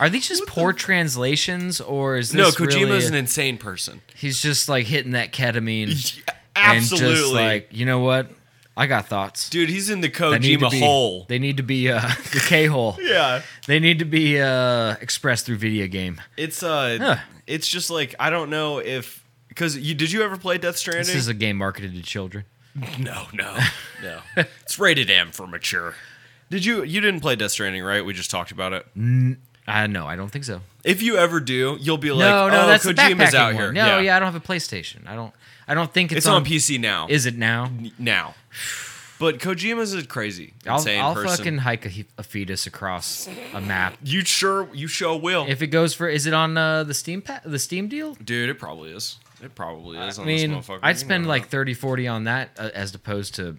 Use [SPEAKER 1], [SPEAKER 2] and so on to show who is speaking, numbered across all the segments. [SPEAKER 1] Are these just poor translations, or is this
[SPEAKER 2] no, Kojima's
[SPEAKER 1] really,
[SPEAKER 2] an insane person.
[SPEAKER 1] he's just like hitting that ketamine
[SPEAKER 2] Absolutely,
[SPEAKER 1] and just like you know what? I got thoughts.
[SPEAKER 2] dude, he's in the
[SPEAKER 1] They need to
[SPEAKER 2] Kojima
[SPEAKER 1] be-
[SPEAKER 2] hole.
[SPEAKER 1] They need to be uh, the K hole.
[SPEAKER 2] yeah,
[SPEAKER 1] They need to be uh, expressed through video game.
[SPEAKER 2] it's uh,
[SPEAKER 1] Huh.
[SPEAKER 2] it's just like I don't know if because you did you ever play Death Stranding?
[SPEAKER 1] This is a game marketed to children.
[SPEAKER 2] no, no, no. it's rated M for mature. Did you you didn't play Death Stranding, right? We just talked about it.
[SPEAKER 1] Mm. I no, I don't think so.
[SPEAKER 2] If you ever do, you'll be like,
[SPEAKER 1] no, no,
[SPEAKER 2] oh,
[SPEAKER 1] that's the backpacking
[SPEAKER 2] Kojima's out
[SPEAKER 1] one.
[SPEAKER 2] here.
[SPEAKER 1] No, yeah. I don't have a PlayStation. I don't. I don't think it's,
[SPEAKER 2] it's on PC now.
[SPEAKER 1] Is it now?
[SPEAKER 2] now. But Kojima's a crazy,
[SPEAKER 1] I'll,
[SPEAKER 2] insane
[SPEAKER 1] I'll
[SPEAKER 2] person.
[SPEAKER 1] fucking hike a, he- a fetus across a map.
[SPEAKER 2] you sure? You sure will,
[SPEAKER 1] If it goes for, is it on uh, the Steam pa- the Steam deal?
[SPEAKER 2] dude. It probably is. It probably is.
[SPEAKER 1] I
[SPEAKER 2] on this
[SPEAKER 1] mean,
[SPEAKER 2] motherfucker. You
[SPEAKER 1] I'd
[SPEAKER 2] know
[SPEAKER 1] spend
[SPEAKER 2] that.
[SPEAKER 1] like 30, 40 on that uh, as opposed to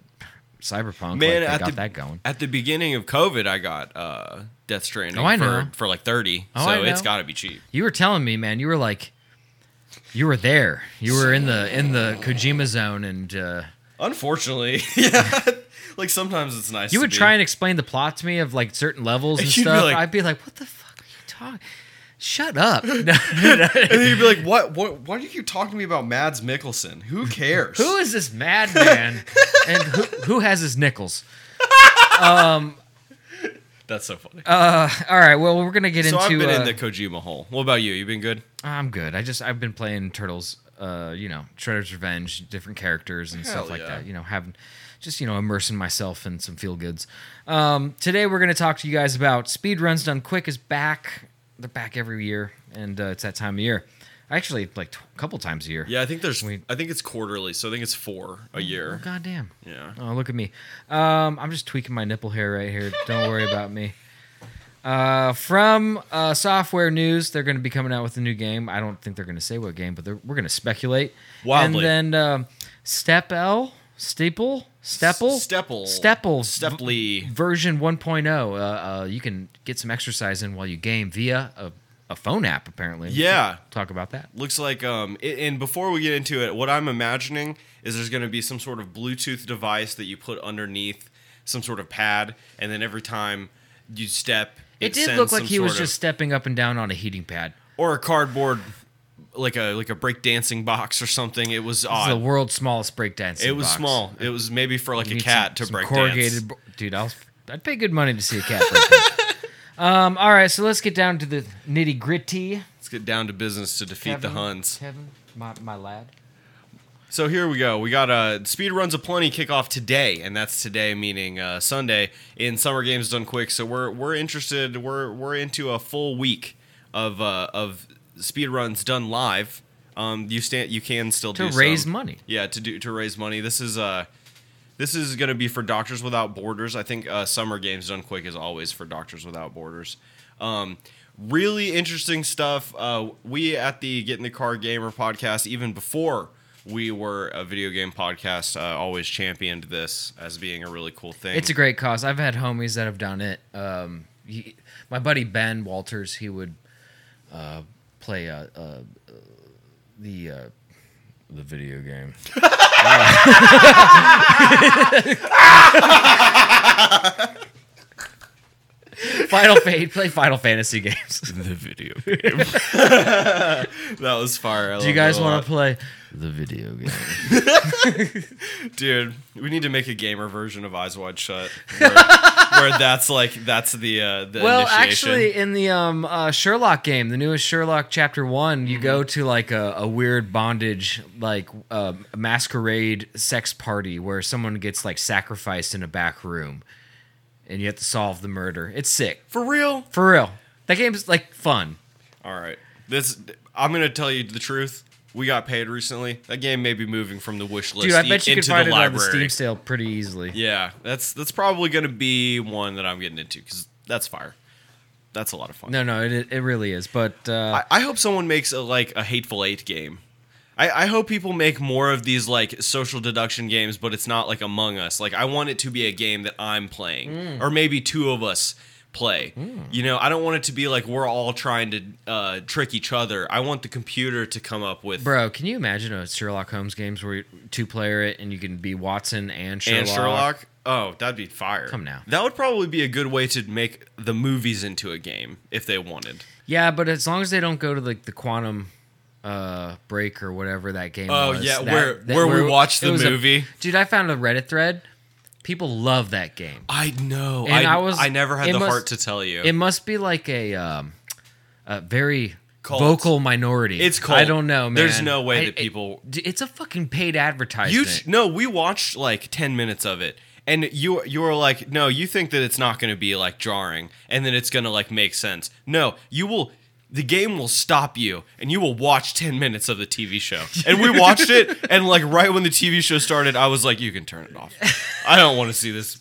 [SPEAKER 1] Cyberpunk. like,
[SPEAKER 2] man
[SPEAKER 1] they
[SPEAKER 2] at
[SPEAKER 1] got
[SPEAKER 2] the
[SPEAKER 1] that going.
[SPEAKER 2] at the beginning of COVID, I got uh, Death Stranding.
[SPEAKER 1] Oh, I
[SPEAKER 2] for,
[SPEAKER 1] know.
[SPEAKER 2] for like thirty.
[SPEAKER 1] Oh,
[SPEAKER 2] so
[SPEAKER 1] I
[SPEAKER 2] it's
[SPEAKER 1] know.
[SPEAKER 2] got to be cheap.
[SPEAKER 1] You were telling me, man. You were like, you were there. You were in the in the Kojima zone, and uh,
[SPEAKER 2] Unfortunately, yeah. like sometimes it's nice.
[SPEAKER 1] you
[SPEAKER 2] to
[SPEAKER 1] would
[SPEAKER 2] be.
[SPEAKER 1] try and explain the plot to me of like certain levels and
[SPEAKER 2] You'd be
[SPEAKER 1] stuff.
[SPEAKER 2] like-
[SPEAKER 1] I'd be like, what the fuck are you talking? Shut up.
[SPEAKER 2] and then you'd be like, "What? What? Why are you talking to me about Mads Mikkelsen? Who cares?
[SPEAKER 1] who is this madman? and who, who has his nickels?
[SPEAKER 2] That's so funny.
[SPEAKER 1] All right. Well, we're gonna get
[SPEAKER 2] so
[SPEAKER 1] into.
[SPEAKER 2] I've been
[SPEAKER 1] uh,
[SPEAKER 2] in the Kojima hole. What about you? You been good?
[SPEAKER 1] I'm good. I just I've been playing Turtles, uh, you know, Shredder's Revenge, different characters and
[SPEAKER 2] Hell
[SPEAKER 1] stuff like
[SPEAKER 2] yeah.
[SPEAKER 1] that. You know, having just you know immersing myself in some feel goods. Um, today we're gonna talk to you guys about speedruns done quick is back. They're back every year, and uh, it's that time of year. Actually, like t- a couple times a year.
[SPEAKER 2] Yeah, I think there's.
[SPEAKER 1] We-
[SPEAKER 2] I think it's quarterly, so I think it's four a year.
[SPEAKER 1] God damn.
[SPEAKER 2] Yeah.
[SPEAKER 1] Oh, look at me. Um, I'm just tweaking my nipple hair right here. Don't worry about me. Uh, from uh, software news, they're going to be coming out with a new game. I don't think they're going to say what game, but they're, we're going to speculate.
[SPEAKER 2] Wildly.
[SPEAKER 1] And then um, Step L, Steeple, Stepple,
[SPEAKER 2] Stepple.
[SPEAKER 1] Stepple, v-
[SPEAKER 2] Steply.
[SPEAKER 1] version 1.0. Uh, uh, you can get some exercise in while you game via a, a phone app, apparently.
[SPEAKER 2] Yeah.
[SPEAKER 1] Talk about that.
[SPEAKER 2] Looks like um i and before we get into it, what I'm imagining is there's going to be some sort of Bluetooth device that you put underneath some sort of pad and then every time you step
[SPEAKER 1] It, did
[SPEAKER 2] sends
[SPEAKER 1] look like
[SPEAKER 2] some
[SPEAKER 1] he was
[SPEAKER 2] sort of-
[SPEAKER 1] just stepping up and down on a heating pad.
[SPEAKER 2] or a cardboard like a like a breakdancing box or something. It was
[SPEAKER 1] This is the
[SPEAKER 2] odd.
[SPEAKER 1] world's smallest breakdancing.
[SPEAKER 2] It was
[SPEAKER 1] box.
[SPEAKER 2] small. It was maybe for like a
[SPEAKER 1] Need some-
[SPEAKER 2] cat to
[SPEAKER 1] some
[SPEAKER 2] break
[SPEAKER 1] corrugated.
[SPEAKER 2] dance.
[SPEAKER 1] bro- Dude, I'll, I'd pay good money to see a cat. break dance. um, all right, so let's get down to the nitty gritty.
[SPEAKER 2] Let's get down to business to defeat the Huns.
[SPEAKER 1] Kevin, my, my lad.
[SPEAKER 2] So here we go. We got uh, speed runs of plenty kickoff today, and that's today, meaning uh, Sunday in Summer Games Done Quick. So we're we're interested. We're we're into a full week of uh, of speed runs done live. Um, you stand. You can still
[SPEAKER 1] To
[SPEAKER 2] do
[SPEAKER 1] raise
[SPEAKER 2] some.
[SPEAKER 1] money.
[SPEAKER 2] Yeah, to do to raise money. This is uh, this is going to be for Doctors Without Borders. I think uh, Summer Games Done Quick is always for Doctors Without Borders. Um, really interesting stuff. Uh, we at the Get in the Car Gamer podcast, even before we were a video game podcast, uh, always championed this as being a really cool thing.
[SPEAKER 1] It's a great cause. I've had homies that have done it. Um, he, my buddy Ben Walters, he would uh, play uh, uh, uh, the uh, the video game. Final Fate, play Final Fantasy games. The video. game.
[SPEAKER 2] that was fire. I
[SPEAKER 1] Do you guys want
[SPEAKER 2] to
[SPEAKER 1] to play Oh, the video game?
[SPEAKER 2] dude we need to make a gamer version of eyes wide shut where, where that's like that's the uh the
[SPEAKER 1] well
[SPEAKER 2] initiation.
[SPEAKER 1] actually in the um, uh, sherlock game the newest sherlock chapter one
[SPEAKER 2] Mm-hmm.
[SPEAKER 1] you go to like a, a weird bondage like uh, masquerade sex party where someone gets like sacrificed in a back room and you have to solve the murder it's sick
[SPEAKER 2] for real
[SPEAKER 1] for real that game's like fun
[SPEAKER 2] all right this i'm gonna tell you the truth we got paid recently that game may be moving from the wish list
[SPEAKER 1] dude i
[SPEAKER 2] e-
[SPEAKER 1] bet you could
[SPEAKER 2] into
[SPEAKER 1] find
[SPEAKER 2] the
[SPEAKER 1] it on the
[SPEAKER 2] library
[SPEAKER 1] steam sale pretty easily
[SPEAKER 2] yeah that's that's probably gonna be one that i'm getting into because that's fire that's a lot of fun
[SPEAKER 1] no no it, it really is but uh,
[SPEAKER 2] I, I hope someone makes a like a hateful eight game. I, I hope people make more of these like social deduction games, but it's not like Among Us. Like I want it to be a game that I'm playing,
[SPEAKER 1] Mm.
[SPEAKER 2] or maybe two of us play. You know, I don't want it to be like we're all trying to uh, trick each other. I want the computer to come up with
[SPEAKER 1] Bro, can you imagine a Sherlock Holmes games where you two player it and you can be Watson and Sherlock?
[SPEAKER 2] and Sherlock. Oh, that'd be fire!
[SPEAKER 1] Come now.
[SPEAKER 2] that would probably be a good way to make the movies into a game if they wanted.
[SPEAKER 1] Yeah, but as long as they don't go to like the quantum uh break or whatever that game
[SPEAKER 2] Oh,
[SPEAKER 1] was.
[SPEAKER 2] yeah,
[SPEAKER 1] that-
[SPEAKER 2] where-
[SPEAKER 1] that-
[SPEAKER 2] where we watched
[SPEAKER 1] it
[SPEAKER 2] the
[SPEAKER 1] was a-
[SPEAKER 2] movie.
[SPEAKER 1] dude, I found a Reddit thread. People love that game.
[SPEAKER 2] I know.
[SPEAKER 1] And
[SPEAKER 2] I,
[SPEAKER 1] I was-
[SPEAKER 2] I never had
[SPEAKER 1] it
[SPEAKER 2] the
[SPEAKER 1] must-
[SPEAKER 2] heart to tell you.
[SPEAKER 1] It must be like a um a very
[SPEAKER 2] Cult.
[SPEAKER 1] vocal minority.
[SPEAKER 2] It's
[SPEAKER 1] cold. I
[SPEAKER 2] cult.
[SPEAKER 1] don't know, man.
[SPEAKER 2] There's no way
[SPEAKER 1] I-
[SPEAKER 2] that
[SPEAKER 1] it-
[SPEAKER 2] people-
[SPEAKER 1] d- it's a fucking paid
[SPEAKER 2] You
[SPEAKER 1] advertisement.
[SPEAKER 2] t- no, we watched like ten minutes of it, and you you were like, no, you think that it's not going to be like jarring, and then it's going to like make sense. No, you will. The game will stop you, and you will watch ten minutes of the TV show. And we watched it, and like right when the TV show started, I was like, you can turn it off. I don't want to see this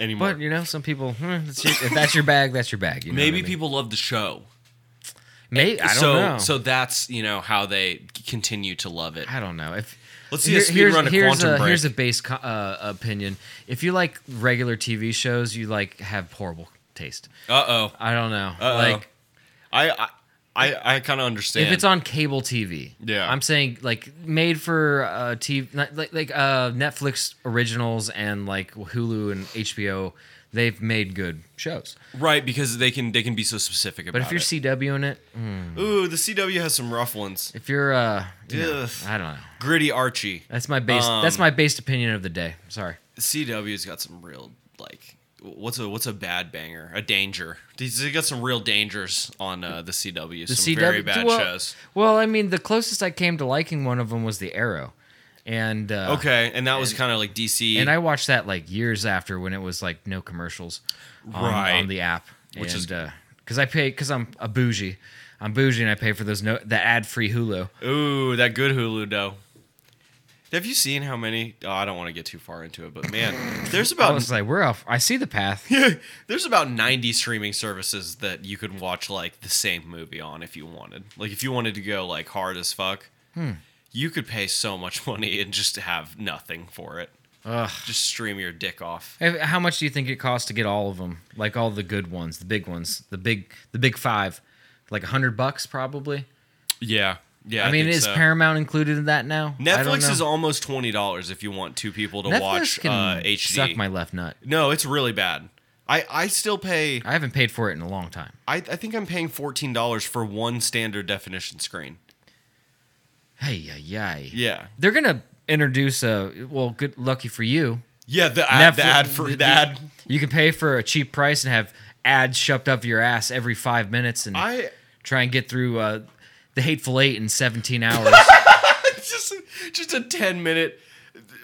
[SPEAKER 2] anymore.
[SPEAKER 1] but you know, some people. hmm, that's your- if that's your bag, that's your bag. You know
[SPEAKER 2] Maybe
[SPEAKER 1] what I mean?
[SPEAKER 2] people love the show.
[SPEAKER 1] Maybe I don't
[SPEAKER 2] so,
[SPEAKER 1] know.
[SPEAKER 2] So that's you know how they continue to love it.
[SPEAKER 1] I don't know if
[SPEAKER 2] Let's see a speed run of
[SPEAKER 1] here's
[SPEAKER 2] Quantum
[SPEAKER 1] a,
[SPEAKER 2] Break.
[SPEAKER 1] Here's a base co- uh, opinion. If you like regular TV shows, you like have horrible taste.
[SPEAKER 2] Uh oh.
[SPEAKER 1] I don't know.
[SPEAKER 2] Uh-oh.
[SPEAKER 1] Like
[SPEAKER 2] I I I, I kind of understand.
[SPEAKER 1] if it's on cable TV,
[SPEAKER 2] Yeah.
[SPEAKER 1] I'm saying like made for uh, TV, not- like like uh, Netflix originals and like Hulu and HBO, they've made good shows.
[SPEAKER 2] Right, because they can they can be so specific about
[SPEAKER 1] But if you're
[SPEAKER 2] it.
[SPEAKER 1] CW in it,
[SPEAKER 2] Ooh, the CW has some rough ones.
[SPEAKER 1] if you're uh, you know,
[SPEAKER 2] Ugh.
[SPEAKER 1] I don't know.
[SPEAKER 2] Gritty Archie.
[SPEAKER 1] That's my base. that's
[SPEAKER 2] Um,
[SPEAKER 1] my based opinion of the day. Sorry.
[SPEAKER 2] CW's got some real like what's a what's a bad banger? A danger. These they got some real dangers on uh, the CW.
[SPEAKER 1] the
[SPEAKER 2] some
[SPEAKER 1] CW
[SPEAKER 2] very bad
[SPEAKER 1] well,
[SPEAKER 2] shows.
[SPEAKER 1] Well, I mean, the closest I came to liking one of them was the Arrow, and uh,
[SPEAKER 2] Okay, and that was kind of like DC,
[SPEAKER 1] and I watched that like years after when it was like no commercials on,
[SPEAKER 2] Right.
[SPEAKER 1] on the app,
[SPEAKER 2] Which is-
[SPEAKER 1] and, because I pay because I'm a bougie, I'm bougie and I pay for those no the ad free Hulu.
[SPEAKER 2] Ooh, that good Hulu though. Have you seen how many? Oh, I don't want to get too far into it, but man, there's
[SPEAKER 1] I
[SPEAKER 2] about
[SPEAKER 1] was like, we're off. I see the path.
[SPEAKER 2] there's about 90 streaming services that you could watch like the same movie on if you wanted like if you wanted to go like hard as fuck
[SPEAKER 1] Hmm.
[SPEAKER 2] you could pay so much money and just have nothing for it Ugh. just stream your dick off
[SPEAKER 1] Hey, How much do you think it costs to get all of them? Like all the good ones, the big ones, the big the big five, like a hundred bucks probably.
[SPEAKER 2] yeah yeah
[SPEAKER 1] I, mean,
[SPEAKER 2] think
[SPEAKER 1] is
[SPEAKER 2] so.
[SPEAKER 1] Paramount included in that now? I don't
[SPEAKER 2] netflix
[SPEAKER 1] know.
[SPEAKER 2] is almost $20 if you want two people to
[SPEAKER 1] Netflix
[SPEAKER 2] watch
[SPEAKER 1] can
[SPEAKER 2] uh, hd
[SPEAKER 1] suck my left nut.
[SPEAKER 2] no it's really bad I, I still pay
[SPEAKER 1] I haven't paid for it in a long time.
[SPEAKER 2] I, I think I'm paying fourteen dollars for one standard definition screen.
[SPEAKER 1] Hey, yay, yay.
[SPEAKER 2] Yeah.
[SPEAKER 1] They're gonna introduce a well. Good, lucky for you.
[SPEAKER 2] Yeah, the ad, the
[SPEAKER 1] Netflix-
[SPEAKER 2] ad for the ad
[SPEAKER 1] You can pay for a cheap price and have ads shoved up your ass every five minutes and
[SPEAKER 2] I
[SPEAKER 1] try and get through uh, the Hateful Eight in seventeen hours.
[SPEAKER 2] just just a 10 minute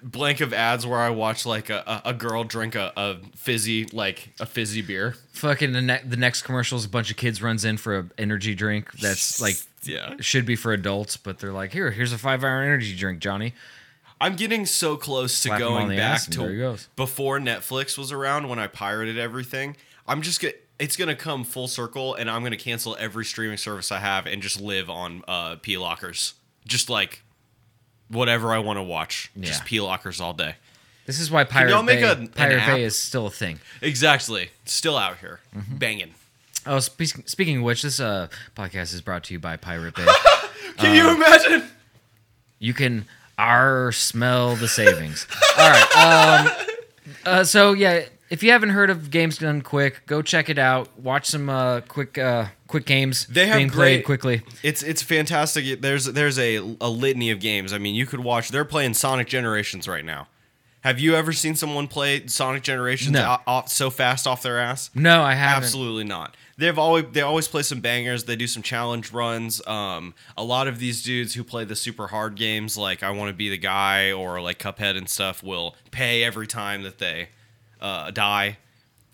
[SPEAKER 2] blank of ads where I watch like a, a, a girl drink a, a fizzy like a fizzy beer.
[SPEAKER 1] Fucking the, ne- the next commercial is a bunch of kids runs in for an energy drink that's like
[SPEAKER 2] Yeah.
[SPEAKER 1] should be for adults, but they're like, here, here's a five hour energy drink, Johnny.
[SPEAKER 2] I'm getting so close to
[SPEAKER 1] Slap him on
[SPEAKER 2] going
[SPEAKER 1] the
[SPEAKER 2] back
[SPEAKER 1] ass and there he
[SPEAKER 2] to
[SPEAKER 1] goes.
[SPEAKER 2] before Netflix was around when I pirated everything. I'm just gonna it's gonna come full circle and I'm gonna cancel every streaming service I have and just live on uh P lockers. Just like whatever I want to watch.
[SPEAKER 1] Yeah.
[SPEAKER 2] Just P lockers all day.
[SPEAKER 1] This is why Pirate
[SPEAKER 2] y'all make
[SPEAKER 1] Bay,
[SPEAKER 2] a- an
[SPEAKER 1] Pirate Bay
[SPEAKER 2] app?
[SPEAKER 1] is still a thing.
[SPEAKER 2] Exactly. Still out here.
[SPEAKER 1] Mm-hmm.
[SPEAKER 2] Banging.
[SPEAKER 1] Oh, spe- speaking of which, this uh, podcast is brought to you by Pirate Bay.
[SPEAKER 2] Can
[SPEAKER 1] Uh,
[SPEAKER 2] you imagine?
[SPEAKER 1] you can R smell the savings. All right. Um, uh, so yeah, if you haven't heard of Games Done Quick, go check it out. Watch some uh, quick uh, quick games
[SPEAKER 2] They have
[SPEAKER 1] being
[SPEAKER 2] great-
[SPEAKER 1] played quickly.
[SPEAKER 2] It's it's fantastic. There's there's a, a litany of games. I mean, you could watch. They're playing Sonic Generations right now. Have you ever seen someone play Sonic Generations
[SPEAKER 1] No.
[SPEAKER 2] o- off- so fast off their ass?
[SPEAKER 1] No, I haven't.
[SPEAKER 2] Absolutely not. They've always they always play some bangers. They do some challenge runs. Um, a lot of these dudes who play the super hard games, like I want to be the guy or like Cuphead and stuff, will pay every time that they uh, die,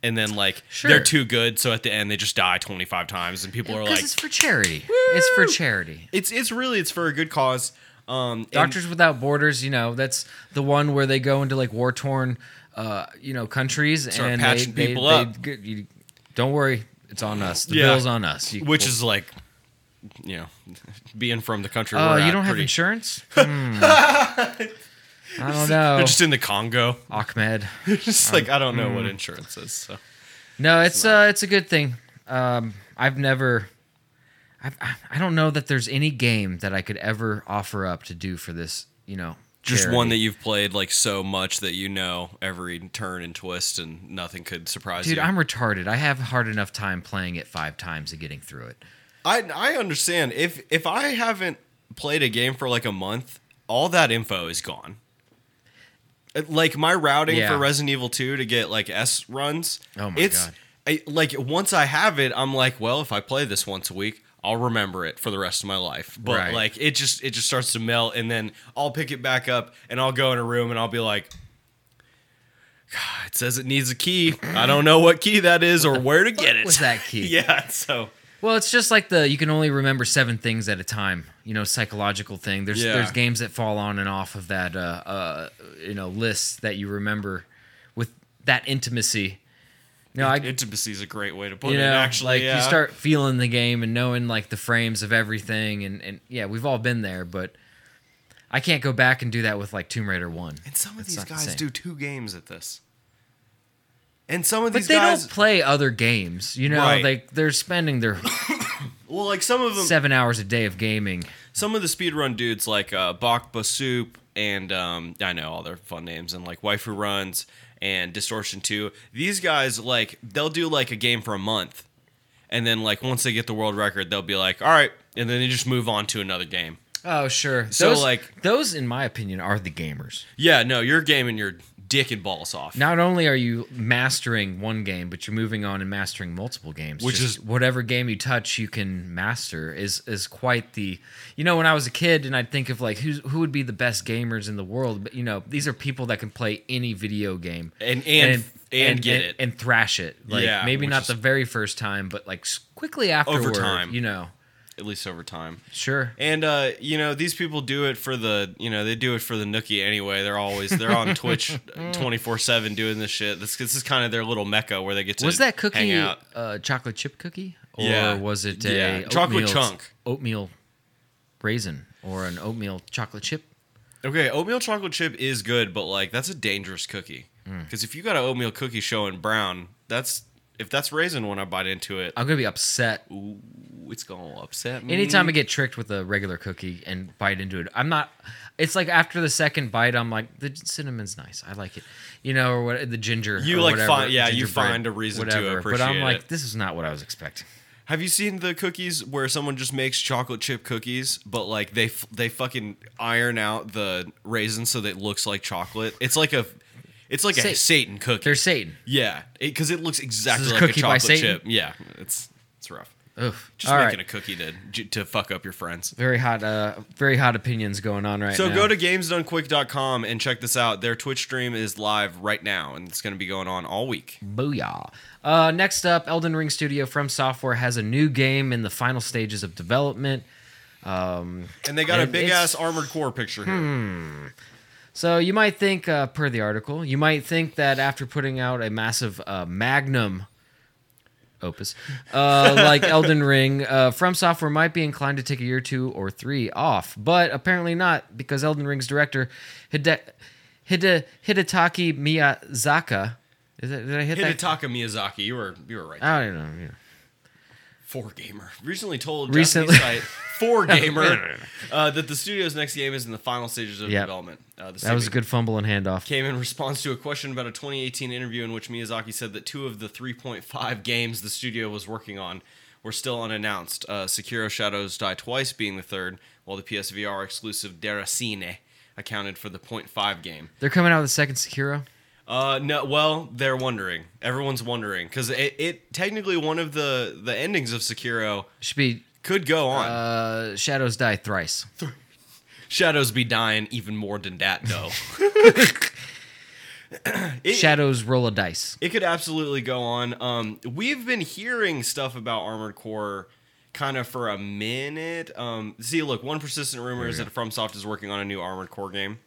[SPEAKER 2] and then like
[SPEAKER 1] Sure.
[SPEAKER 2] they're too good, so at the end they just die twenty five times, and people are
[SPEAKER 1] Because
[SPEAKER 2] like,
[SPEAKER 1] it's for charity. It's for charity.
[SPEAKER 2] it's it's really it's for a good cause. Um, and-
[SPEAKER 1] Doctors Without Borders, you know, that's the one where they go into like war torn, uh, you know, countries
[SPEAKER 2] Start
[SPEAKER 1] and
[SPEAKER 2] patching
[SPEAKER 1] they,
[SPEAKER 2] people
[SPEAKER 1] they,
[SPEAKER 2] up.
[SPEAKER 1] They, you, don't worry, it's on us. The
[SPEAKER 2] Yeah.
[SPEAKER 1] bill's on us. You-
[SPEAKER 2] which is like, you know, being from the country.
[SPEAKER 1] oh,
[SPEAKER 2] we're
[SPEAKER 1] you
[SPEAKER 2] at,
[SPEAKER 1] don't have
[SPEAKER 2] pretty-
[SPEAKER 1] insurance. Hmm. I don't know,
[SPEAKER 2] They're just in the Congo.
[SPEAKER 1] Ahmed.
[SPEAKER 2] just like I don't know
[SPEAKER 1] Mm.
[SPEAKER 2] what insurance is. So
[SPEAKER 1] No, it's uh, it's a good thing. Um, I've never, I've, I I don't know that there's any game that I could ever offer up to do for this. You know,
[SPEAKER 2] just one
[SPEAKER 1] charity.
[SPEAKER 2] that you've played like so much that you know every turn and twist, and nothing could surprise
[SPEAKER 1] Dude,
[SPEAKER 2] you.
[SPEAKER 1] I'm retarded. I have a hard enough time playing it five times and getting through it.
[SPEAKER 2] I I understand if if I haven't played a game for like a month, all that info is gone. It- Like my routing
[SPEAKER 1] Yeah.
[SPEAKER 2] for Resident Evil 2 to get like S runs.
[SPEAKER 1] Oh my
[SPEAKER 2] it's,
[SPEAKER 1] God.
[SPEAKER 2] I, like once I have it, I'm like, well, if I play this once a week, I'll remember it for the rest of my life. But
[SPEAKER 1] Right.
[SPEAKER 2] like it just it just starts to melt, and then I'll pick it back up, and I'll go in a room, and I'll be like. God, it says it needs a key. I don't know what key that is or where to get it.
[SPEAKER 1] was that key?
[SPEAKER 2] yeah, so
[SPEAKER 1] Well, it's just like the you can only remember seven things at a time. You know, psychological thing. There's
[SPEAKER 2] Yeah.
[SPEAKER 1] there's games that fall on and off of that uh, uh you know list that you remember with that intimacy. No, I
[SPEAKER 2] intimacy is a great way to put
[SPEAKER 1] you
[SPEAKER 2] it.
[SPEAKER 1] know
[SPEAKER 2] Actually,
[SPEAKER 1] like
[SPEAKER 2] yeah.
[SPEAKER 1] you start feeling the game and knowing like the frames of everything and and yeah, we've all been there, but I can't go back and do that with like Tomb Raider one.
[SPEAKER 2] And some of
[SPEAKER 1] It's
[SPEAKER 2] these
[SPEAKER 1] not the
[SPEAKER 2] guys
[SPEAKER 1] same.
[SPEAKER 2] do two games at this. And some of
[SPEAKER 1] But
[SPEAKER 2] these
[SPEAKER 1] they
[SPEAKER 2] guys,
[SPEAKER 1] don't play other games, you know.
[SPEAKER 2] Right.
[SPEAKER 1] Like they're spending their
[SPEAKER 2] well, like some of them,
[SPEAKER 1] seven hours a day of gaming.
[SPEAKER 2] some of the speedrun dudes, like uh, Bach Basoup, and um, I know all their fun names, and like Waifu Runs and Distortion Two. These guys, like, they'll do like a game for a month, and then like once they get the world record, they'll be like, all right, and then they just move on to another game.
[SPEAKER 1] Oh sure.
[SPEAKER 2] So,
[SPEAKER 1] those,
[SPEAKER 2] like-
[SPEAKER 1] those, in my opinion, are the gamers.
[SPEAKER 2] Yeah, no, you're gaming your dick and balls off.
[SPEAKER 1] Not only are you mastering one game, but you're moving on and mastering multiple games.
[SPEAKER 2] Which
[SPEAKER 1] Just
[SPEAKER 2] is-
[SPEAKER 1] whatever game you touch, you can master. Is is quite the. You know, when I was a kid, and I'd think of like who who would be the best gamers in the world. But you know, these are people that can play any video game
[SPEAKER 2] And- and- and get it.
[SPEAKER 1] and thrash it. Like
[SPEAKER 2] Yeah,
[SPEAKER 1] maybe
[SPEAKER 2] which
[SPEAKER 1] not
[SPEAKER 2] is-
[SPEAKER 1] the very first time, but like s- quickly afterward.
[SPEAKER 2] time.
[SPEAKER 1] you know,
[SPEAKER 2] at least over time.
[SPEAKER 1] sure.
[SPEAKER 2] And uh, you know, these people do it for the you know they do it for the nookie anyway. They're always they're on Twitch
[SPEAKER 1] Mm.
[SPEAKER 2] twenty four seven doing this shit. This this is kind of their little mecca where they get to
[SPEAKER 1] was that
[SPEAKER 2] hang
[SPEAKER 1] cookie
[SPEAKER 2] out.
[SPEAKER 1] uh, chocolate chip cookie or
[SPEAKER 2] Yeah.
[SPEAKER 1] was it
[SPEAKER 2] Yeah.
[SPEAKER 1] a
[SPEAKER 2] Chocolate
[SPEAKER 1] oatmeal,
[SPEAKER 2] chunk.
[SPEAKER 1] oatmeal raisin or an oatmeal chocolate chip
[SPEAKER 2] Okay, oatmeal chocolate chip is good, but like that's a dangerous cookie
[SPEAKER 1] Mm.
[SPEAKER 2] because if you got an oatmeal cookie showing brown, that's if that's raisin when I bite into it,
[SPEAKER 1] i'm gonna be upset
[SPEAKER 2] it's gonna upset me.
[SPEAKER 1] anytime i get tricked with a regular cookie and bite into it i'm not it's like after the second bite i'm like the cinnamon's nice i like it you know or what the ginger
[SPEAKER 2] You,
[SPEAKER 1] or
[SPEAKER 2] like,
[SPEAKER 1] whatever,
[SPEAKER 2] find- yeah, you
[SPEAKER 1] gingerbread,
[SPEAKER 2] find a reason to
[SPEAKER 1] but i'm
[SPEAKER 2] appreciate
[SPEAKER 1] like
[SPEAKER 2] it.
[SPEAKER 1] this is not what i was expecting
[SPEAKER 2] Have you seen the cookies where someone just makes chocolate chip cookies, but like they f- they fucking iron out the raisins so that it looks like chocolate? It's like a it's like a
[SPEAKER 1] Sa-
[SPEAKER 2] Satan cookie.
[SPEAKER 1] there's satan
[SPEAKER 2] yeah, because it, looks exactly
[SPEAKER 1] is
[SPEAKER 2] like a
[SPEAKER 1] Cookie by
[SPEAKER 2] chocolate
[SPEAKER 1] Satan?
[SPEAKER 2] chip. Yeah, it's it's rough.
[SPEAKER 1] Oof.
[SPEAKER 2] Just
[SPEAKER 1] All
[SPEAKER 2] making
[SPEAKER 1] right.
[SPEAKER 2] a cookie to j- to fuck up your friends.
[SPEAKER 1] very hot, uh, very hot opinions going on right
[SPEAKER 2] So
[SPEAKER 1] now.
[SPEAKER 2] go to gamesdonequick.com and check this out. Their Twitch stream is live right now, and it's going to be going on all week.
[SPEAKER 1] Booyah. Uh, next up, Elden Ring Studio from Software has a new game in the final stages of development. Um,
[SPEAKER 2] And they got a
[SPEAKER 1] And
[SPEAKER 2] big
[SPEAKER 1] it's- Hmm,
[SPEAKER 2] ass armored core picture here.
[SPEAKER 1] so you might think, uh, per the article, you might think that after putting out a massive uh, magnum opus uh, like Elden Ring, uh, From Software might be inclined to take a year, two, or three off, but apparently not because Elden Ring's director Hide- Hide- Hidetaki Miyazaka. Is that, did I hit that?
[SPEAKER 2] Hidetaka Miyazaki, you were you were right.
[SPEAKER 1] I don't know. you know.
[SPEAKER 2] Four gamer recently told
[SPEAKER 1] Recently-
[SPEAKER 2] recently site Four gamer uh, that the studio's next game is in the final stages of
[SPEAKER 1] Yep.
[SPEAKER 2] development. Uh, the
[SPEAKER 1] That was a
[SPEAKER 2] studio
[SPEAKER 1] good fumble and handoff.
[SPEAKER 2] Came in response to a question about a 2018 interview in which Miyazaki said that two of the 3.5 games the studio was working on were still unannounced. Uh, Sekiro: Shadows Die Twice being the third, while the PSVR exclusive Deracine accounted for the 0.5 game.
[SPEAKER 1] They're coming out with a second Sekiro.
[SPEAKER 2] Uh, no. Well, they're wondering. Everyone's wondering because it, it technically one of the the endings of Sekiro
[SPEAKER 1] Should be
[SPEAKER 2] could go on.
[SPEAKER 1] uh, Shadows Die Thrice.
[SPEAKER 2] Shadows be dying even more than that though. it,
[SPEAKER 1] Shadows Roll a Dice.
[SPEAKER 2] it could absolutely go on. Um, we've been hearing stuff about Armored Core kind of for a minute. Um, see, look, one persistent rumor is that FromSoft is working on a new Armored Core game.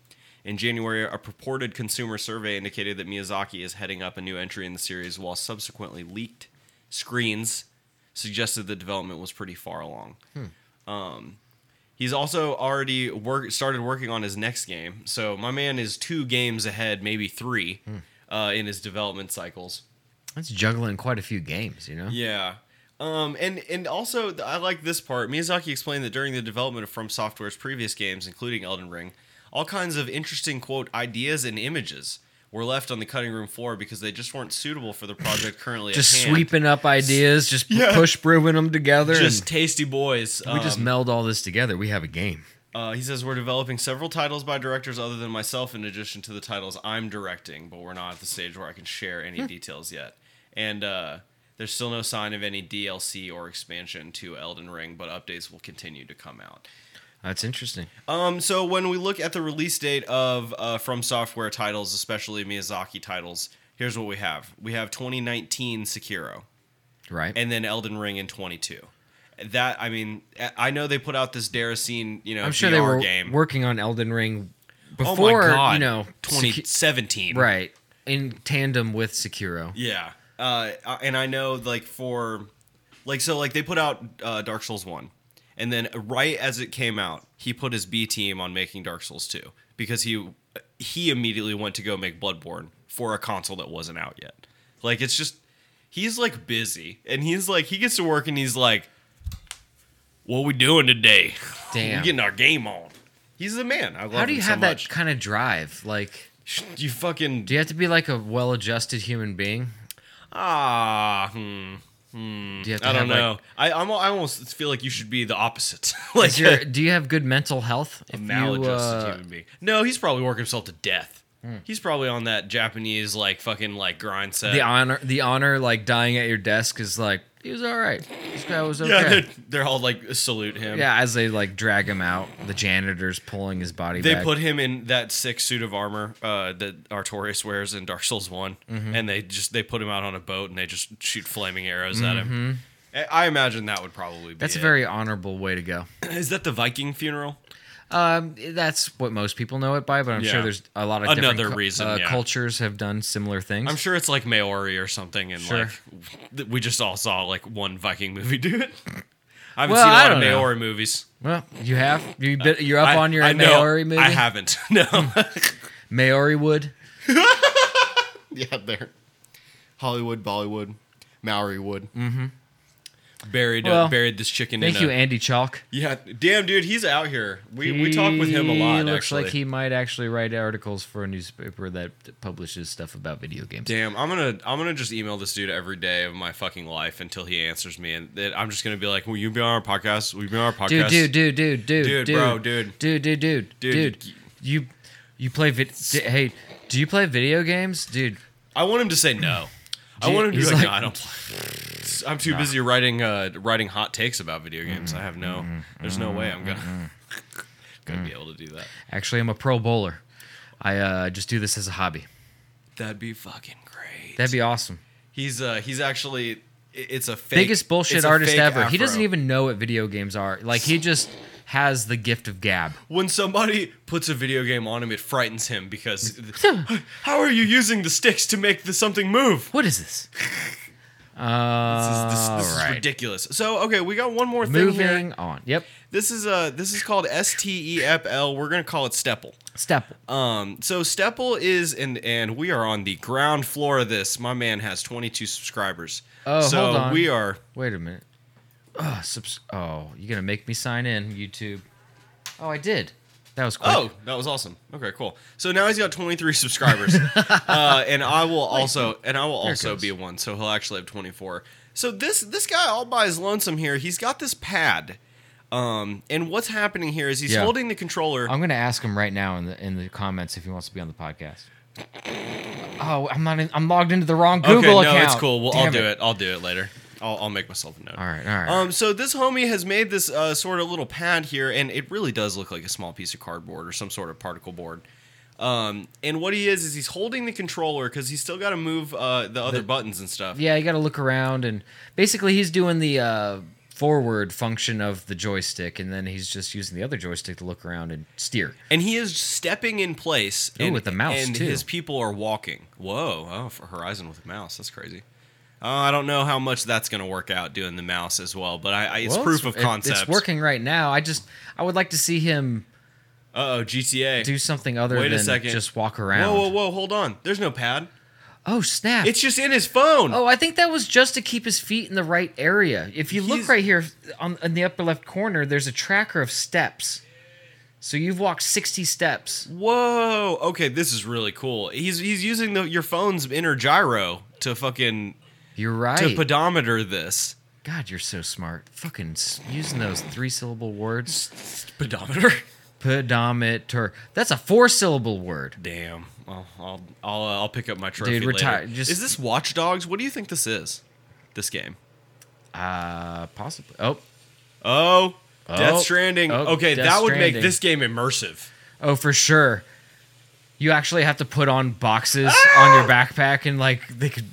[SPEAKER 2] In January, a purported consumer survey indicated that Miyazaki is heading up a new entry in the series, while subsequently leaked screens suggested the development was pretty far along. Um, he's also already work, started working on his next game, so my man is two games ahead, maybe three,
[SPEAKER 1] Hmm.
[SPEAKER 2] uh, in his development cycles.
[SPEAKER 1] That's juggling quite a few games, you know?
[SPEAKER 2] Yeah. Um, and and also th- I like this part. Miyazaki explained that during the development of From Software's previous games, including Elden Ring, all kinds of interesting quote ideas and images were left on the cutting room floor because they just weren't suitable for the project currently.
[SPEAKER 1] Just
[SPEAKER 2] at hand.
[SPEAKER 1] sweeping up ideas, just p-
[SPEAKER 2] Yeah.
[SPEAKER 1] push brewing them together.
[SPEAKER 2] just
[SPEAKER 1] and
[SPEAKER 2] tasty boys.
[SPEAKER 1] we just
[SPEAKER 2] Um,
[SPEAKER 1] meld all this together. We have a game.
[SPEAKER 2] Uh, he says we're developing several titles by directors other than myself, in addition to the titles I'm directing, but we're not at the stage where I can share any
[SPEAKER 1] Hmm.
[SPEAKER 2] details yet. And uh, there's still no sign of any DLC or expansion to Elden Ring, but updates will continue to come out.
[SPEAKER 1] That's interesting.
[SPEAKER 2] Um, so when we look at the release date of uh, From Software titles, especially Miyazaki titles, here's what we have: we have 2019 Sekiro
[SPEAKER 1] Right?
[SPEAKER 2] and then Elden Ring in 22. That I mean, I know they put out this Daracine, you know,
[SPEAKER 1] I'm sure
[SPEAKER 2] VR
[SPEAKER 1] they were
[SPEAKER 2] game.
[SPEAKER 1] working on Elden Ring
[SPEAKER 2] Oh
[SPEAKER 1] before,
[SPEAKER 2] my God,
[SPEAKER 1] you know, Seki-
[SPEAKER 2] 2017.
[SPEAKER 1] right. In tandem with Sekiro.
[SPEAKER 2] Yeah. Uh, and I know like for like so like they put out uh, Dark Souls 1 and then right as it came out, he put his B team on making Dark Souls 2 because he he immediately went to go make Bloodborne for a console that wasn't out yet. Like it's just he's like busy and he's like he gets to work and he's like what we doing today?
[SPEAKER 1] Damn.
[SPEAKER 2] we getting our game on. He's the man. I love
[SPEAKER 1] How do
[SPEAKER 2] him
[SPEAKER 1] you
[SPEAKER 2] so
[SPEAKER 1] have
[SPEAKER 2] much.
[SPEAKER 1] that kind of drive? Like,
[SPEAKER 2] You fucking
[SPEAKER 1] do you have to be like a well adjusted human being?
[SPEAKER 2] ah. Hmm.
[SPEAKER 1] Do you have to
[SPEAKER 2] I don't
[SPEAKER 1] have, like,
[SPEAKER 2] know. I I'm, I almost feel like you should be the opposite. like
[SPEAKER 1] Is your, do you have good mental health?
[SPEAKER 2] a
[SPEAKER 1] If
[SPEAKER 2] maladjusted
[SPEAKER 1] you, uh, Hmm.
[SPEAKER 2] human being. No, he's probably working himself to death. He's probably on that Japanese like fucking like grind set.
[SPEAKER 1] the honor, the honor, like dying at your desk is like he was all right. This guy was okay.
[SPEAKER 2] yeah,
[SPEAKER 1] Yeah,
[SPEAKER 2] they're, they're all like salute him.
[SPEAKER 1] as they like drag him out, the janitor's pulling his body.
[SPEAKER 2] They
[SPEAKER 1] back.
[SPEAKER 2] put him in that sick suit of armor uh, that Artorias wears in Dark Souls One,
[SPEAKER 1] Mm-hmm.
[SPEAKER 2] and they just they put him out on a boat and they just shoot flaming arrows at him. I I imagine that would probably be.
[SPEAKER 1] Mm-hmm. That's
[SPEAKER 2] it.
[SPEAKER 1] a very honorable way to go.
[SPEAKER 2] Is that the Viking funeral?
[SPEAKER 1] Um, that's what most people know it by, but I'm
[SPEAKER 2] Yeah.
[SPEAKER 1] sure there's a lot of
[SPEAKER 2] Another
[SPEAKER 1] different cu-
[SPEAKER 2] reason,
[SPEAKER 1] uh,
[SPEAKER 2] yeah.
[SPEAKER 1] cultures have done similar things.
[SPEAKER 2] I'm sure it's like Maori or something, and
[SPEAKER 1] Sure.
[SPEAKER 2] like th- we just all saw like one Viking movie do it. I haven't
[SPEAKER 1] Well,
[SPEAKER 2] seen a
[SPEAKER 1] I
[SPEAKER 2] lot
[SPEAKER 1] don't
[SPEAKER 2] of
[SPEAKER 1] know.
[SPEAKER 2] Maori movies.
[SPEAKER 1] Well, you have you bit, you're up
[SPEAKER 2] Uh, I-
[SPEAKER 1] on your
[SPEAKER 2] I know-
[SPEAKER 1] Maori E movie. Hmm.
[SPEAKER 2] I haven't. No.
[SPEAKER 1] Maori wood.
[SPEAKER 2] yeah, there. Hollywood, Bollywood, Maori wood. Mm-hmm. Buried uh,
[SPEAKER 1] Well,
[SPEAKER 2] buried this chicken.
[SPEAKER 1] Thank
[SPEAKER 2] in
[SPEAKER 1] you,
[SPEAKER 2] A,
[SPEAKER 1] Andy Chalk.
[SPEAKER 2] yeah, damn dude, he's out here. We we talk with him a lot.
[SPEAKER 1] He looks
[SPEAKER 2] actually.
[SPEAKER 1] like he might actually write articles for a newspaper that publishes stuff about video games.
[SPEAKER 2] Damn, I'm gonna I'm gonna just email this dude every day of my fucking life until he answers me, and then I'm just gonna be like, "Will you be on our podcast? Will you be on our podcast?"
[SPEAKER 1] Dude, dude, dude, dude, dude,
[SPEAKER 2] Dude, bro, dude.
[SPEAKER 1] dude, dude, dude,
[SPEAKER 2] Dude,
[SPEAKER 1] dude. You, you play vid- d- Hey, do you play video games, dude?
[SPEAKER 2] I want him to say no. I
[SPEAKER 1] Dude,
[SPEAKER 2] want him to be
[SPEAKER 1] he's
[SPEAKER 2] like,
[SPEAKER 1] like-
[SPEAKER 2] no, I don't play. it's I'm too busy writing uh, writing hot takes about video games.
[SPEAKER 1] Mm-hmm.
[SPEAKER 2] I have no. There's no way I'm gonna gonna
[SPEAKER 1] Mm.
[SPEAKER 2] be able to do that.
[SPEAKER 1] Actually, I'm a pro bowler. I uh, just do this as a hobby.
[SPEAKER 2] That'd be fucking great.
[SPEAKER 1] That'd be awesome.
[SPEAKER 2] he's uh he's actually i- it's a fake,
[SPEAKER 1] Biggest bullshit
[SPEAKER 2] it's a
[SPEAKER 1] artist
[SPEAKER 2] fake
[SPEAKER 1] ever. He
[SPEAKER 2] afro.
[SPEAKER 1] doesn't even know what video games are. Like he just has the gift of gab.
[SPEAKER 2] When somebody puts a video game on him, it frightens him because how are you using the sticks to make the something move?
[SPEAKER 1] What is this?
[SPEAKER 2] This is, this,
[SPEAKER 1] Uh,
[SPEAKER 2] this is
[SPEAKER 1] right.
[SPEAKER 2] ridiculous. So okay, we got one more thing here.
[SPEAKER 1] Moving on. Yep.
[SPEAKER 2] This is uh this is called S T E F L. We're gonna call it Stepple.
[SPEAKER 1] Step.
[SPEAKER 2] Um, so Stepple is and and we are on the ground floor of this. My man has 22 subscribers.
[SPEAKER 1] Oh,
[SPEAKER 2] so
[SPEAKER 1] hold on.
[SPEAKER 2] we are.
[SPEAKER 1] Wait a minute. Oh, subs- oh, you're gonna make me sign in, YouTube. Oh, I did. That was quick.
[SPEAKER 2] Oh, that was awesome. Okay, cool. So now he's got 23 subscribers, uh, and I will also and I will
[SPEAKER 1] There it
[SPEAKER 2] also
[SPEAKER 1] goes.
[SPEAKER 2] be one. So he'll actually have 24. So this this guy all by his lonesome here. He's got this pad, um, and what's happening here is he's
[SPEAKER 1] Yeah.
[SPEAKER 2] holding the controller.
[SPEAKER 1] I'm gonna ask him right now in the in the comments if he wants to be on the podcast. Oh, I'm not. In, I'm logged into the wrong Google
[SPEAKER 2] okay,
[SPEAKER 1] account.
[SPEAKER 2] no, it's cool. Well, I'll
[SPEAKER 1] Damn
[SPEAKER 2] do it. I'll do it later. I'll, I'll make myself a note.
[SPEAKER 1] All right, all right.
[SPEAKER 2] Um, so this homie has made this uh, sort of little pad here, and it really does look like a small piece of cardboard or some sort of particle board. Um, and what he is is he's holding the controller because he's still got to move uh, the other buttons and stuff.
[SPEAKER 1] yeah, you got to look around and basically he's doing the uh, forward function of the joystick, and then he's just using the other joystick to look around and steer.
[SPEAKER 2] And he is stepping in place.
[SPEAKER 1] Ooh,
[SPEAKER 2] and,
[SPEAKER 1] with the mouse,
[SPEAKER 2] and
[SPEAKER 1] too.
[SPEAKER 2] his people are walking. Whoa! Oh, for Horizon with a mouse, that's crazy. Uh, I don't know how much that's going to work out doing the mouse as well, but I, I, it's
[SPEAKER 1] Well,
[SPEAKER 2] proof of
[SPEAKER 1] it-
[SPEAKER 2] concept.
[SPEAKER 1] it's working right now. I just I would like to see him
[SPEAKER 2] Uh oh, GTA.
[SPEAKER 1] do something other
[SPEAKER 2] Wait a
[SPEAKER 1] than
[SPEAKER 2] second.
[SPEAKER 1] just walk around.
[SPEAKER 2] whoa, whoa, whoa! Hold on. There's no pad.
[SPEAKER 1] Oh snap!
[SPEAKER 2] It's just in his phone.
[SPEAKER 1] Oh, I think that was just to keep his feet in the right area. If you look
[SPEAKER 2] He's-
[SPEAKER 1] right here on in the upper left corner, there's a tracker of steps. So you've walked 60 steps.
[SPEAKER 2] Whoa! Okay, this is really cool. He's he's using the your phone's inner gyro to fucking
[SPEAKER 1] You're right.
[SPEAKER 2] to pedometer this
[SPEAKER 1] God, you're so smart. Fucking s- using those three syllable words.
[SPEAKER 2] pedometer.
[SPEAKER 1] Pedometer. That's a four syllable word.
[SPEAKER 2] Damn. Well, I'll I'll uh, I'll pick up my trophy
[SPEAKER 1] Dude, we're
[SPEAKER 2] later.
[SPEAKER 1] tired. Just-
[SPEAKER 2] Is this Watch Dogs? What do you think this is? This game.
[SPEAKER 1] Uh, possibly. Oh,
[SPEAKER 2] Oh, Death
[SPEAKER 1] Oh.
[SPEAKER 2] Stranding.
[SPEAKER 1] Oh,
[SPEAKER 2] okay,
[SPEAKER 1] Death
[SPEAKER 2] that would make
[SPEAKER 1] Stranding.
[SPEAKER 2] this game immersive.
[SPEAKER 1] oh, for sure. You actually have to put on boxes on your
[SPEAKER 2] Ah!
[SPEAKER 1] backpack and like they could.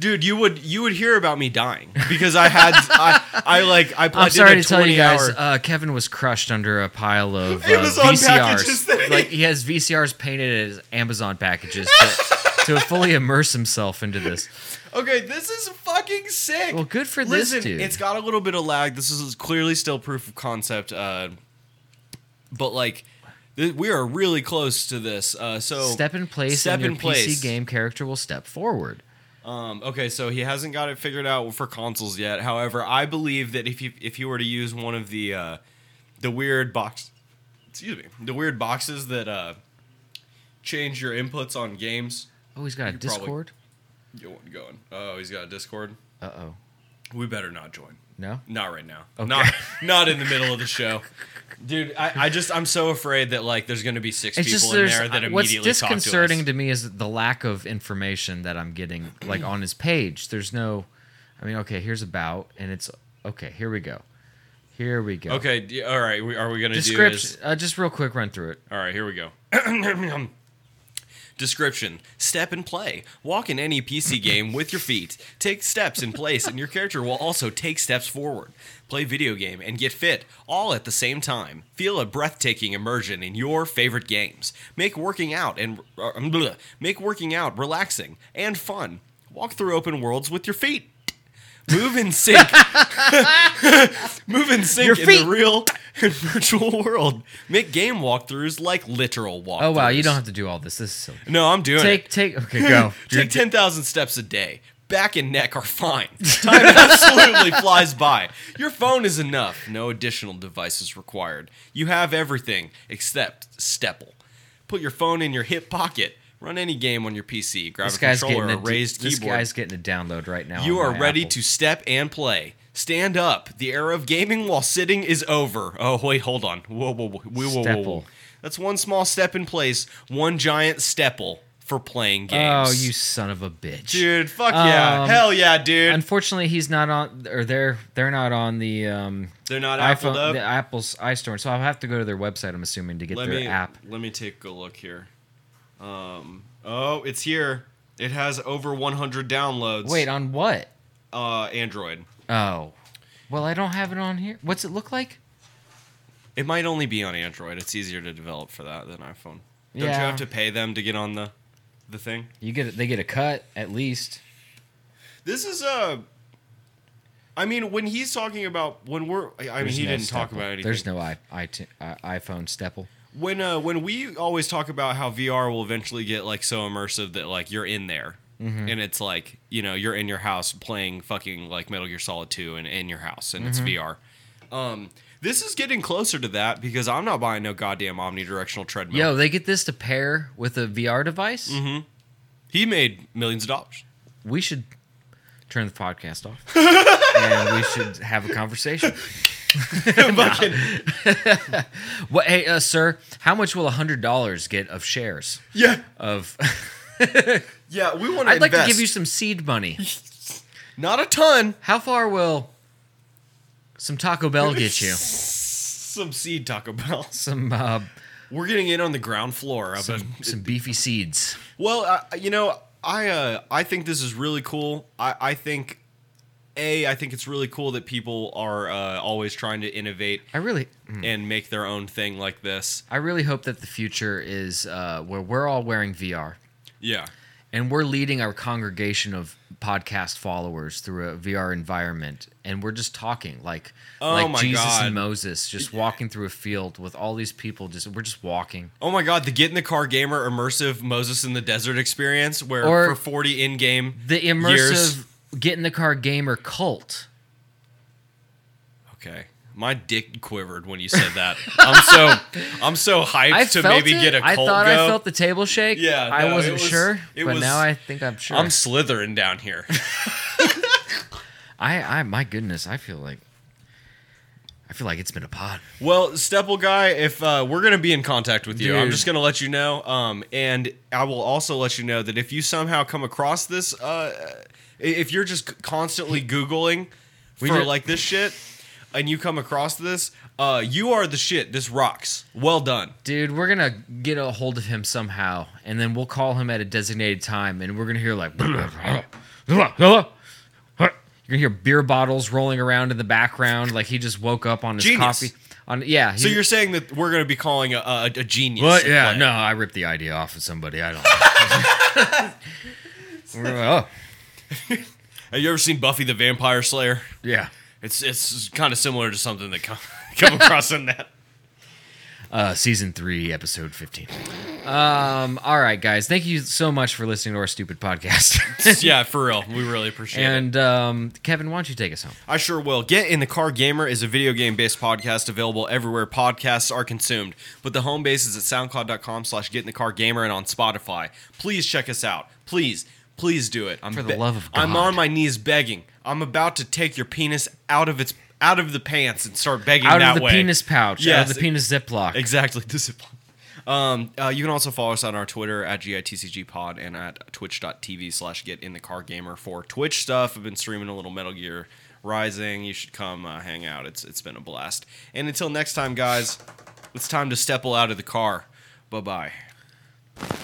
[SPEAKER 2] Dude, you would you would hear about me dying because I had I, I like I played
[SPEAKER 1] I'm sorry to tell you
[SPEAKER 2] 20
[SPEAKER 1] guys,
[SPEAKER 2] hour-
[SPEAKER 1] uh, Kevin was crushed under a pile of uh,
[SPEAKER 2] Amazon packages that
[SPEAKER 1] VCRs.
[SPEAKER 2] he-
[SPEAKER 1] Like he has VCRs painted as Amazon packages to, to fully immerse himself into this.
[SPEAKER 2] Okay, this is fucking sick.
[SPEAKER 1] Well, good for this
[SPEAKER 2] Listen,
[SPEAKER 1] dude.
[SPEAKER 2] it's got a little bit of lag. This is clearly still proof of concept, uh, but like th- we are really close to this. Uh, so
[SPEAKER 1] step in place,
[SPEAKER 2] Step
[SPEAKER 1] and your
[SPEAKER 2] in place.
[SPEAKER 1] PC game character will step forward.
[SPEAKER 2] Um, okay, so he hasn't got it figured out for consoles yet. However, I believe that if you if you were to use one of the uh, the weird box, excuse me, the weird boxes that uh, change your inputs on games,
[SPEAKER 1] Oh, he's got a
[SPEAKER 2] You probably-
[SPEAKER 1] Discord.
[SPEAKER 2] you won't go in. Oh, he's got a Discord.
[SPEAKER 1] Uh oh,
[SPEAKER 2] We better not join.
[SPEAKER 1] no.
[SPEAKER 2] Not right now.
[SPEAKER 1] Okay.
[SPEAKER 2] Not not in the middle of the show. Dude, I, I just I'm so afraid that like there's gonna be six
[SPEAKER 1] It's
[SPEAKER 2] people
[SPEAKER 1] just
[SPEAKER 2] in
[SPEAKER 1] there's
[SPEAKER 2] there that
[SPEAKER 1] uh,
[SPEAKER 2] immediately
[SPEAKER 1] what's
[SPEAKER 2] talk
[SPEAKER 1] disconcerting
[SPEAKER 2] to
[SPEAKER 1] to,
[SPEAKER 2] us.
[SPEAKER 1] me is the lack of information that I'm getting like on his page. There's no, I mean, okay, here's about, and it's okay. Here we go. Here we go.
[SPEAKER 2] Okay, d- all right. We, are we gonna do
[SPEAKER 1] Description.
[SPEAKER 2] is
[SPEAKER 1] Uh, just real quick, run through it.
[SPEAKER 2] all right? Here we go. Description: Step and play. Walk in any PC game with your feet. Take steps in place, and your character will also take steps forward. Play video game and get fit, all at the same time. Feel a breathtaking immersion in your favorite games. Make working out and uh, bleh. make working out relaxing and fun. Walk through open worlds with your feet. Move in sync. Move in sync in the
[SPEAKER 1] feet.
[SPEAKER 2] real and virtual world. Make game walkthroughs like literal walkthroughs.
[SPEAKER 1] Oh wow, you don't have to do all this. This is silly.
[SPEAKER 2] No, I'm doing it.
[SPEAKER 1] Take take okay, go.
[SPEAKER 2] Take 10,000 steps a day. Back and neck are fine. Time absolutely flies by. Your phone is enough. No additional devices required. You have everything except Stepple. Put your phone in your hip pocket. Run any game on your PC. Grab
[SPEAKER 1] this
[SPEAKER 2] a
[SPEAKER 1] guy's
[SPEAKER 2] controller
[SPEAKER 1] getting
[SPEAKER 2] or
[SPEAKER 1] a
[SPEAKER 2] a raised
[SPEAKER 1] This
[SPEAKER 2] keyboard.
[SPEAKER 1] guy's getting a download right now.
[SPEAKER 2] You
[SPEAKER 1] on
[SPEAKER 2] are
[SPEAKER 1] my
[SPEAKER 2] ready
[SPEAKER 1] Apple.
[SPEAKER 2] to step and play. Stand up. The era of gaming while sitting is over. Oh, wait, hold on. Whoa, whoa, whoa. whoa, whoa, whoa, whoa.
[SPEAKER 1] Stepple.
[SPEAKER 2] That's one small step in place, one giant stepple. for playing games.
[SPEAKER 1] Oh, you son of a bitch.
[SPEAKER 2] dude! Fuck yeah!
[SPEAKER 1] Um,
[SPEAKER 2] Hell yeah, dude!
[SPEAKER 1] Unfortunately, he's not on, or they're they're not on the um,
[SPEAKER 2] They're not Apple
[SPEAKER 1] iPhone,
[SPEAKER 2] though.
[SPEAKER 1] the Apple's iStore. So I'll have to go to their website. I'm assuming to get
[SPEAKER 2] let
[SPEAKER 1] their
[SPEAKER 2] me
[SPEAKER 1] app.
[SPEAKER 2] let me take a look here. Um, oh, it's here. It has over 100 downloads.
[SPEAKER 1] Wait, on what?
[SPEAKER 2] uh, Android.
[SPEAKER 1] Oh, well, I don't have it on here. What's it look like?
[SPEAKER 2] It might only be on Android. It's easier to develop for that than iPhone. Don't you
[SPEAKER 1] Yeah.
[SPEAKER 2] have to pay them to get on the the thing?
[SPEAKER 1] You get it. They get a cut at least.
[SPEAKER 2] This is Uh, I mean, when he's talking about when we're, I I mean,
[SPEAKER 1] There's
[SPEAKER 2] he
[SPEAKER 1] no
[SPEAKER 2] didn't talk
[SPEAKER 1] Staple.
[SPEAKER 2] about anything.
[SPEAKER 1] There's no i, iTunes, I iPhone stepple.
[SPEAKER 2] when uh, when we always talk about how VR will eventually get like so immersive that like you're in there
[SPEAKER 1] Mm-hmm.
[SPEAKER 2] and it's like you know you're in your house playing fucking like Metal Gear Solid 2 and in your house and
[SPEAKER 1] Mm-hmm.
[SPEAKER 2] it's VR. Um, this is getting closer to that because I'm not buying no goddamn omnidirectional treadmill.
[SPEAKER 1] Yo, they get this to pair with a VR device.
[SPEAKER 2] He made millions of dollars.
[SPEAKER 1] We should turn the podcast off, and we should have a conversation.
[SPEAKER 2] Fucking-
[SPEAKER 1] What, hey, uh, sir, how much will hundred dollars get of shares
[SPEAKER 2] yeah,
[SPEAKER 1] of?
[SPEAKER 2] yeah. We want to.
[SPEAKER 1] I'd like to give you some seed money.
[SPEAKER 2] not a ton.
[SPEAKER 1] How far will some Taco Bell get you?
[SPEAKER 2] Some seed Taco Bell.
[SPEAKER 1] Some uh,
[SPEAKER 2] We're getting in on the ground floor of
[SPEAKER 1] some,
[SPEAKER 2] a
[SPEAKER 1] some beefy seeds.
[SPEAKER 2] Well, uh, you know, I uh, I think this is really cool. I, I think a I think it's really cool that people are uh, always trying to innovate
[SPEAKER 1] I really, mm,
[SPEAKER 2] and make their own thing like this.
[SPEAKER 1] I really hope that the future is uh, where we're all wearing VR
[SPEAKER 2] Yeah,
[SPEAKER 1] and we're leading our congregation of podcast followers through a VR environment, and we're just talking like
[SPEAKER 2] Oh
[SPEAKER 1] like
[SPEAKER 2] my
[SPEAKER 1] Jesus
[SPEAKER 2] God.
[SPEAKER 1] and Moses, just walking through a field with all these people. Just we're just walking.
[SPEAKER 2] Oh my God, the Get in the Car Gamer immersive Moses in the Desert experience, where
[SPEAKER 1] Or-
[SPEAKER 2] for 40 in game.
[SPEAKER 1] The immersive
[SPEAKER 2] Years.
[SPEAKER 1] get in the car gamer cult.
[SPEAKER 2] Okay. My dick quivered when you said that. I'm so I'm so hyped
[SPEAKER 1] I
[SPEAKER 2] to
[SPEAKER 1] felt
[SPEAKER 2] maybe
[SPEAKER 1] it.
[SPEAKER 2] get a
[SPEAKER 1] I
[SPEAKER 2] cult
[SPEAKER 1] thought
[SPEAKER 2] go.
[SPEAKER 1] I felt the table shake.
[SPEAKER 2] Yeah, no,
[SPEAKER 1] I
[SPEAKER 2] it
[SPEAKER 1] wasn't
[SPEAKER 2] was-
[SPEAKER 1] sure,
[SPEAKER 2] it
[SPEAKER 1] but
[SPEAKER 2] was-
[SPEAKER 1] now I think I'm sure.
[SPEAKER 2] I'm slithering down here.
[SPEAKER 1] I, I, my goodness, I feel like, I feel like it's been a pod.
[SPEAKER 2] Well, Stepple guy, if uh, we're gonna be in contact with you, I'm
[SPEAKER 1] Dude.
[SPEAKER 2] just gonna let you know. Um, and I will also let you know that if you somehow come across this, uh, i- if you're just constantly googling for
[SPEAKER 1] did-
[SPEAKER 2] like this shit, and you come across this, uh, you are the shit. This rocks. Well done.
[SPEAKER 1] Dude, we're gonna get a hold of him somehow, and then we'll call him at a designated time, and we're gonna hear like, you're gonna hear beer bottles rolling around in the background, like he just woke up on his
[SPEAKER 2] Genius.
[SPEAKER 1] coffee. On yeah,
[SPEAKER 2] So
[SPEAKER 1] he-
[SPEAKER 2] you're saying that we're gonna be calling a, a, a genius?
[SPEAKER 1] Well,
[SPEAKER 2] to
[SPEAKER 1] yeah,
[SPEAKER 2] play.
[SPEAKER 1] no, I ripped the idea off of somebody. I don't. We're like, oh,
[SPEAKER 2] Have you ever seen Buffy the Vampire Slayer?
[SPEAKER 1] yeah.
[SPEAKER 2] It's it's kind of similar to something that come, come across in that.
[SPEAKER 1] Uh, season three, episode fifteen. Um, all right, guys, thank you so much for listening to our stupid podcast.
[SPEAKER 2] Yeah, for real. We really appreciate it.
[SPEAKER 1] and um, Kevin, why don't you take us home?
[SPEAKER 2] I sure will. Get in the Car Gamer is a video game based podcast available everywhere podcasts are consumed. But the home base is at soundcloud.com slash get in the car gamer and on Spotify. Please check us out. Please, please do it. I'm
[SPEAKER 1] For the love of
[SPEAKER 2] I'm
[SPEAKER 1] God.
[SPEAKER 2] on my knees begging. I'm about to take your penis out of its out of the pants and start begging
[SPEAKER 1] out
[SPEAKER 2] that
[SPEAKER 1] of the
[SPEAKER 2] way.
[SPEAKER 1] penis pouch, out
[SPEAKER 2] Yes.
[SPEAKER 1] of the penis ziploc.
[SPEAKER 2] Exactly. Discipline. Um, uh, you can also follow us on our Twitter at GITCGpod and at twitch.tv slash get in the car gamer for Twitch stuff. I've been streaming a little Metal Gear Rising. You should come uh, hang out. It's It's been a blast. And until next time, guys, it's time to stepple out of the car. Bye bye.